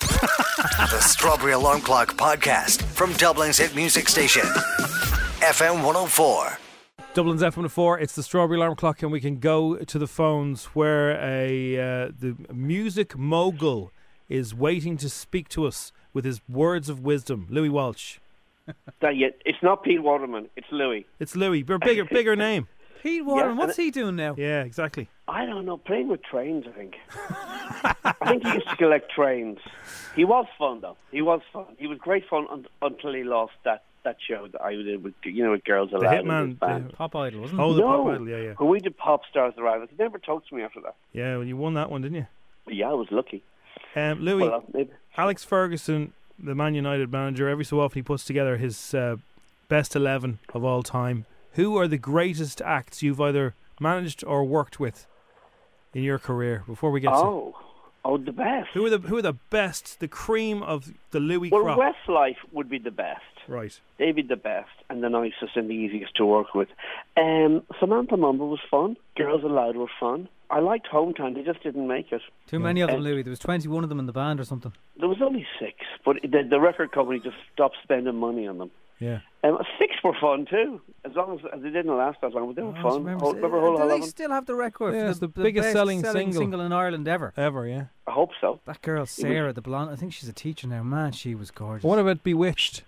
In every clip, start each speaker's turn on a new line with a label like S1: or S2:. S1: The Strawberry Alarm Clock Podcast from Dublin's hit music station, FM 104.
S2: Dublin's F104. It's the strawberry alarm clock, and we can go to the phones where a uh, the music mogul is waiting to speak to us with his words of wisdom. Louis Walsh.
S3: That yet, it's not Pete Waterman, it's Louis.
S2: It's Louis. But bigger, bigger name.
S4: Pete Warren,
S3: and
S4: what's he doing now?
S2: Yeah, exactly.
S3: I don't know, playing with trains, I think. I think he used to collect trains. He was fun, though. He was fun. He was great fun un- until he lost that, that show that I did with, you know, with Girls
S2: The
S3: Aloud. and his
S2: Hitman.
S3: band.
S2: the-
S4: Pop Idol, wasn't
S2: oh,
S4: it?
S2: the
S3: no,
S2: pop idol. Yeah, yeah,
S3: when we did Pop Stars Arrival, he never talked to me after that.
S2: yeah. Well, you won that one, didn't
S3: But yeah, I was lucky.
S2: you? Um, Louis,
S3: Well, maybe.
S2: Alex Ferguson, the Man United manager. Every so often, he puts together his uh, best eleven of all time. Who are the greatest acts you've either managed or worked with in your career? Before we get to
S3: Oh, oh, the best.
S2: who are the who are the best, the cream of the Louis
S3: well,
S2: crop?
S3: Westlife would be the best.
S2: Right.
S3: They'd be the best and the nicest and the easiest to work with. Um, Samantha Mumble was fun. Girls Aloud were fun. I liked Hometown. They just didn't make it. Uh,
S4: Too many of them, Louis. There was 21 of them in the band or something.
S3: There was only six, but the, the record company just stopped spending money on them.
S2: Yeah.
S3: Um, six were fun too, as long as they didn't last that long, but they were
S4: I
S3: fun.
S4: remember-
S3: Whole- remember Whole
S4: Do they
S3: 11?
S4: still have the record?
S2: Yeah,
S4: for
S2: it's
S4: the,
S2: the biggest
S4: best
S2: selling single.
S4: in Ireland ever.
S2: Ever. Yeah.
S3: I hope so.
S4: That girl Sarah, the blonde. I think she's a teacher now. Man, she was gorgeous.
S2: What about Bewitched?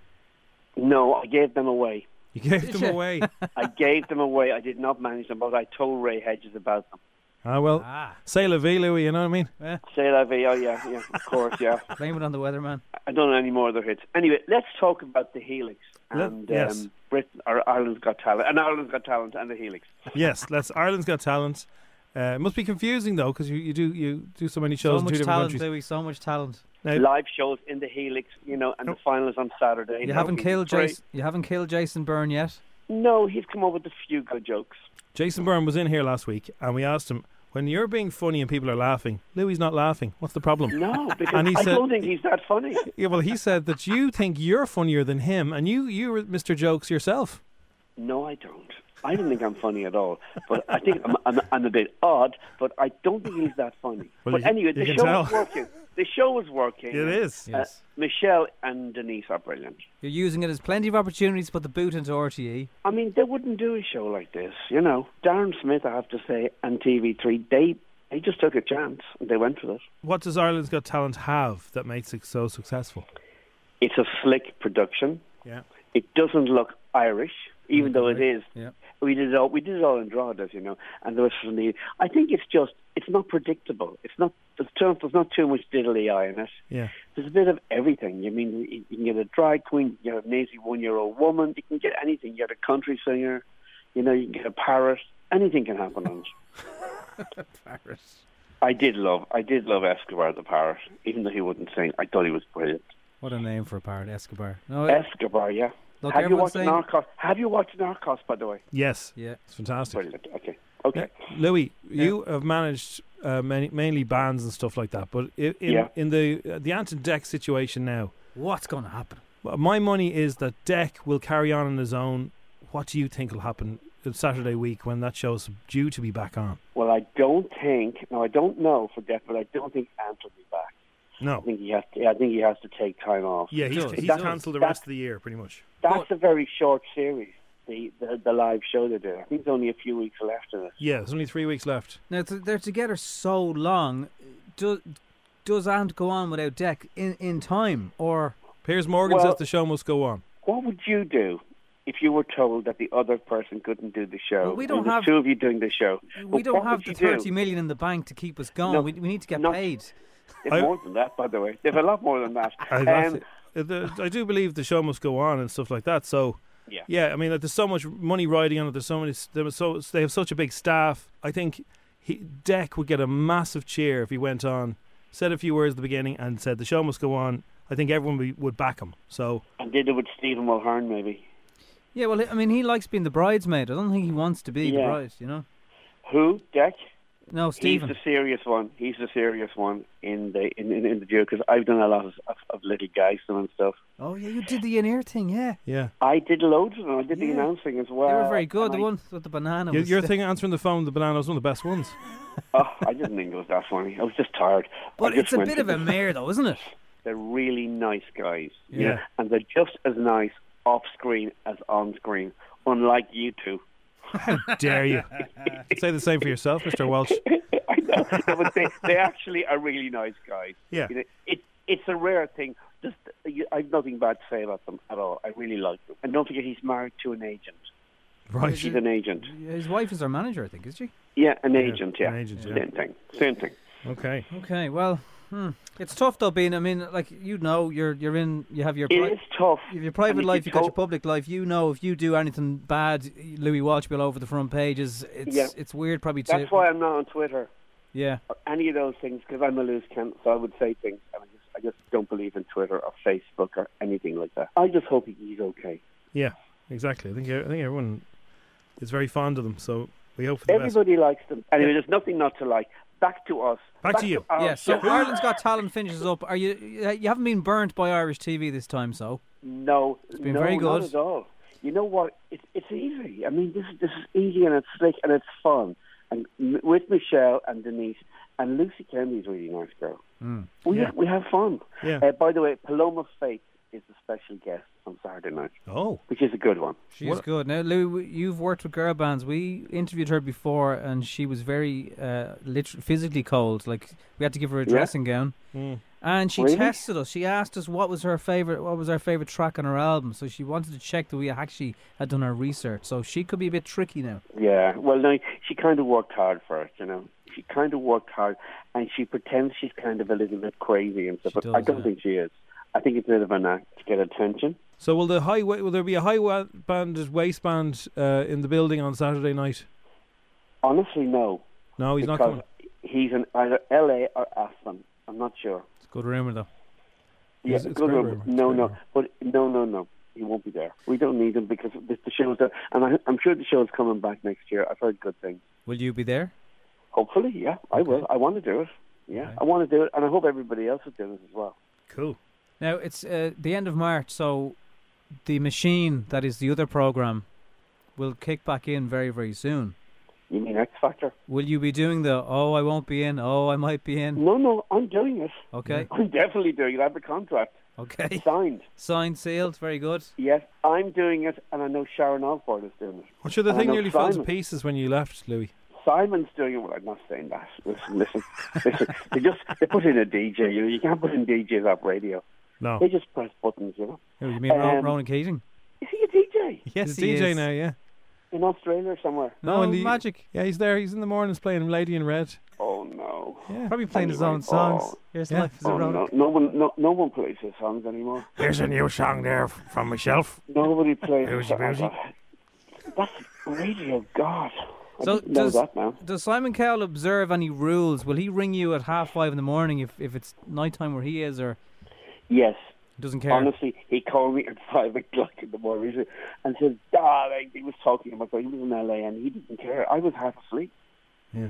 S3: No, I gave them away.
S2: You gave
S4: Did
S2: them
S4: you?
S2: away.
S3: I gave them away. I did not manage them, but I told Ray Hedges about them.
S2: Ah well,
S4: Ah,
S2: say la vie, Louis. You know what I mean?
S3: Say la vie. Oh yeah, yeah, of course, yeah.
S4: blame it on the weatherman.
S3: I don't know any more of their hits. Anyway, let's talk about the Helix
S2: Let-
S3: and
S2: yes.
S3: um, Britain or Ireland's Got Talent and Ireland's Got Talent and the Helix.
S2: yes, that's Ireland's Got Talent. Uh, it must be confusing though, because you, you do you do so many
S4: So
S2: shows in two
S4: much
S2: different
S4: talent,
S2: countries.
S4: Louis. So much talent.
S2: Now,
S3: Live shows in the Helix, you know, and the finals on Saturday.
S4: You haven't killed
S3: Jason.
S4: Jason. You haven't killed Jason Byrne yet.
S3: No, he's come up with a few good jokes.
S2: Jason Byrne was in here last week, and we asked him when you're being funny and people are laughing, Louis not laughing. What's the problem?
S3: No, because
S2: And he
S3: I
S2: said-
S3: don't think he's that funny.
S2: yeah, well, he said that you think you're funnier than him, and you you were Mr. Jokes yourself.
S3: No, I don't. I don't think I'm funny at all. But I think I'm, I'm, I'm a bit odd, but I don't think he's that funny.
S2: Well,
S3: but
S2: you-
S3: anyway,
S2: you
S3: the
S2: can
S3: show
S2: tell.
S3: is working. The show is working.
S2: It is.
S3: Uh,
S4: Yes.
S3: Michelle and Denise are brilliant.
S4: You're using it as plenty of opportunities to put the boot into E. RTE.
S3: I mean, they wouldn't do a show like this, you know. Darren Smith, I have to say, and TV3, they they just took a chance and they went with it.
S2: What does Ireland's Got Talent have that makes it so successful?
S3: It's a slick production.
S2: Yeah.
S3: It doesn't look Irish, even though it is.
S4: Yeah.
S3: We did it all. We did it all in Drogheda, as you know, and the rest from the. I think it's just it's not predictable. It's not there's, too, there's not too much diddly eye in it.
S2: Yeah.
S3: There's a bit of everything. You mean you- you can get a drag queen, you can get a nasty one-year-old woman, you can get anything. You get a country singer, you know, you can get a parrot. Anything can happen on it. I did love, I did love Escobar the parrot, even though he wouldn't sing. I thought he was brilliant.
S4: What a name for a pirate, Escobar. No, it-
S3: Escobar, yeah.
S4: Look,
S3: have you watched
S4: everyone's saying-
S3: Narcos? Have you watched Narcos, by the way?
S2: Yes.
S4: yeah.
S2: It's fantastic.
S3: Brilliant. Okay. Okay.
S2: Yeah. Louis, you have managed uh, many, mainly bands and stuff like that, but in, in,
S3: Yeah.
S2: in the uh, the Anton Deck situation now,
S4: What's going to happen?
S2: m- my money is that Deck will carry on on his own. What do you think will happen on Saturday week when that show's due to be back on?
S3: Well, I don't think. Now, I don't know for definite. I don't think Ant will be back. I
S2: No.
S3: think he has. To, I think he has to take time off.
S2: Yeah, he's,
S4: Does.
S2: he's
S3: That-
S2: cancelled the
S3: that-
S2: rest of the year, pretty much.
S3: That's a very short series. the, the, the live show they did. I think there's only a few weeks left in it.
S2: Yeah, there's only three weeks left.
S4: Now th- they're together so long. Do, does Ant go on without Deck in, in time, or
S2: Piers Morgan
S3: Well-
S2: says the show must go on.
S3: What would you do if you were told that the other person couldn't do the show?
S4: Well, we don't
S3: and there's
S4: have-
S3: two of you doing the show.
S4: we
S3: But
S4: don't
S3: what
S4: have
S3: would
S4: the
S3: you
S4: thirty
S3: do?
S4: million in the bank to keep us going?
S3: No,
S4: we, we need to get
S3: no.
S4: paid.
S3: They've
S2: I-
S3: more than that, by the way. They've a lot more than that.
S2: I,
S3: Um,
S2: that's- uh, the- I do believe the show must go on and stuff like that. So
S3: Yeah.
S2: I mean, like, there's so much money riding on it. There's so many. s- There was so they have such a big staff. I think he, Deck would get a massive cheer if he went on, said a few words at the beginning, and said the show must go on. I think everyone would- would back him. So
S3: and did it with Stephen Mulhern, maybe.
S4: Yeah, well, I mean, he likes being the bridesmaid. I don't think he wants to be the
S3: Yeah.
S4: bride. You know?
S3: Who? Deck?
S4: No, Stephen.
S3: He's the serious one. He's the serious one in the in, in, in the duo because I've done a lot of, of, of little Geisman and stuff.
S4: Oh yeah, you did the in ear thing. Yeah,
S2: yeah,
S3: I did loads of them. I did the
S4: Yeah.
S3: announcing as
S4: they
S3: well.
S4: were very good.
S3: And
S4: The
S3: I-
S4: one with the banana.
S2: your,
S4: was
S2: your
S4: the-
S2: thing answering the phone, with the banana was one of the best ones.
S3: Oh, I didn't think it was that funny. I was just tired.
S4: But
S3: I just
S4: it's a
S3: went
S4: bit
S3: to
S4: of a
S3: the-
S4: mare, though, isn't it?
S3: They're really nice guys. you
S2: Yeah.
S3: know, and they're just as nice off screen as on screen, unlike you two.
S2: Dare you say the same for yourself, Mister Welch?
S3: I know. No, but they, they actually are really nice guys.
S2: Yeah.
S3: You know, it, it's a rare thing. Just you- I've nothing bad to say about them at all. I really like them. And don't forget, he's married to an agent.
S2: Right?
S3: She's an agent.
S4: His wife is our manager, I think, is she?
S3: Yeah, an agent. Yeah,
S2: an agent, yeah.
S3: Same thing. Same thing.
S2: Okay.
S4: Okay, well, hmm. it's tough though. Being, I mean, like you know, you're you're in, you have your
S3: It
S4: pri-
S3: is tough.
S4: you have your
S3: And
S4: private
S3: if
S4: life, you got
S3: told-
S4: your public life. You know, if you do anything bad, Louis Walsh will be all over the front pages. It's
S3: Yeah.
S4: it's weird, probably. To,
S3: That's why I'm not on Twitter.
S4: Yeah,
S3: or any of those things because I'm a loose cannon, so I would say things, and I just, I just don't believe in Twitter or Facebook or anything like that. I just hope he's okay.
S2: Yeah, exactly. I think e, I think everyone is very fond of them, so we hope for the best.
S3: Everybody likes them. Anyway, there's nothing not to like. Back to uh, us.
S2: Back to you.
S3: our
S4: yeah. So
S3: show.
S4: Ireland's Got Talent finishes up. Are you uh, you haven't been burnt by Irish TV this time, so
S3: no,
S4: been
S3: no,
S4: very
S3: not
S4: good.
S3: at all. You know what? It's it's easy. I mean, this is this is easy and it's slick and it's fun. And m- with Michelle and Denise and Lucy Kennedy's a really nice girl.
S4: Hmm.
S3: We
S2: Yeah.
S3: we have fun.
S2: Yeah.
S3: Uh, by the way, Paloma Faith is a special guest on Saturday night,
S2: Oh,
S3: which is a good one.
S4: she's good. Now, Louis, you've worked with girl bands. We interviewed her before, and she was very uh, literally physically cold. Like we had to give her a
S3: Yeah. Hmm.
S4: dressing gown. And she
S3: Really?
S4: tested us. She asked us what was her favorite, what was our favorite track on her album. So she wanted to check that we actually had done our research. So she could be a bit tricky now.
S3: Yeah, well, no, she kind of worked hard for it, you know. She kind of worked hard, and she pretends she's kind of a little bit crazy and stuff,
S4: She
S3: but I
S4: does,
S3: don't
S4: yeah.
S3: think she is. I think it's a bit of an act to get attention.
S2: so will the high wa- will there be a high wa- banded waistband uh, in the building on Saturday night?
S3: Honestly, no,
S2: No, Oh, he's not
S3: because
S2: coming.
S3: he's in either L.A. or Aspen. I'm not sure.
S4: It's a good rumor though.
S3: Yeah,
S2: It's- it's
S3: good
S2: very
S3: one.
S2: rare. It's
S3: No,
S2: very
S3: no,
S2: rare.
S3: but no, no, no. He won't be there. We don't need him because the, the show's there, and I, I'm sure the show's coming back next year. I've heard good things.
S4: Will you be there?
S3: Hopefully, yeah, I will. I want to do it. Yeah, I want to do it, and I hope everybody else will do it as well.
S2: Cool.
S4: Now it's uh, the end of March, so the machine that is the other program will kick back in very very soon.
S3: You mean X Factor?
S4: Will you be doing the? Oh, I won't be in. Oh, I might be in.
S3: No, no, I'm doing it.
S4: Okay,
S3: I'm definitely doing it. I have a contract
S4: okay.
S3: signed.
S4: Signed, sealed. Very good.
S3: Yes, I'm doing it, and I know Sharon Osbourne is doing it.
S2: I'm sure the
S3: And I
S2: thing
S3: know
S2: nearly fell to
S3: Simon-
S2: pieces when you left, Louis.
S3: Simon's doing it. Well, I'm not saying that. Listen, listen, listen. They just they put in a DJ. You know, you can't put in DJs off radio.
S2: No,
S3: They just press buttons. You know,
S4: Who, Oh, You mean Ro-
S3: Um,
S4: Ronan Keating?
S3: is he a DJ
S4: Yes,
S2: he's
S4: he
S2: DJ
S4: is.
S2: now. Yeah.
S3: in Australia or somewhere?
S4: No,
S2: in the,
S4: magic.
S2: Yeah, he's there. He's in the mornings playing Lady in Red.
S3: Oh no.
S2: Yeah.
S4: Probably playing his
S3: Anyway,
S4: own songs.
S3: oh,
S4: Here's
S2: yeah.
S4: life is a
S3: Oh,
S4: road.
S3: no, no one, no, no one plays his songs anymore.
S2: Here's a new song there from myself.
S3: Nobody plays. his
S2: Boozy,
S3: songs.
S2: boozy.
S3: That's radio. God, I
S4: So
S3: didn't know
S4: does,
S3: that now.
S4: does Simon Cowell observe any rules? Will he ring you at half five in the morning if, if it's nighttime where he is, or
S3: Yes,
S4: he doesn't care?
S3: Honestly, he called me at five o'clock in the morning and said, "Darling, he was talking about he was in LA and he didn't care. I was half asleep."
S2: Yeah.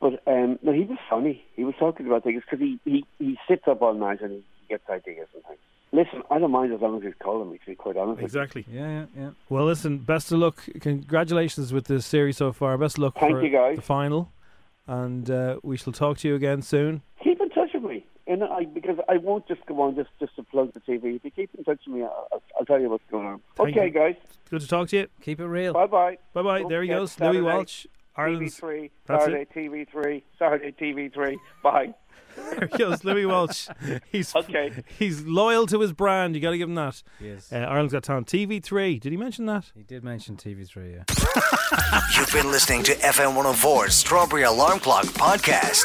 S3: But um, no, he was funny. He was talking about things because he, he he sits up all night and he gets ideas and things. Listen, I don't mind as long as he's calling me. To be quite honest, with you.
S2: Exactly.
S4: Yeah, yeah, yeah.
S2: Well, listen. Best of luck. Congratulations with the series so far. Best of luck
S3: Thank
S2: for
S3: you, guys.
S2: the final, and uh, we shall talk to you again soon.
S3: keep in touch with me. Uh, you know, I, because I won't just go on just, just to plug the TV. If you keep in touch with me, I'll, I'll- I'll tell you what's going on.
S2: Thank
S3: okay,
S2: you.
S3: guys.
S2: Good to talk to you.
S4: Keep it real.
S3: Bye bye.
S2: Bye bye.
S3: Don't
S2: There he
S3: forget,
S2: goes. Louis
S3: Saturday,
S2: Welch, Ireland's.
S3: TV3,
S2: That's
S3: Saturday,
S2: it.
S3: TV3, Saturday, TV3. Bye.
S2: There he goes. Louis Welch. He's
S3: Okay.
S2: He's loyal to his brand. You got to give him that.
S4: Yes.
S2: Uh, Ireland's Got Talent. TV3. Did he mention that?
S4: He did mention TV3, yeah.
S1: You've been listening to FM 104's Strawberry Alarm Clock Podcast.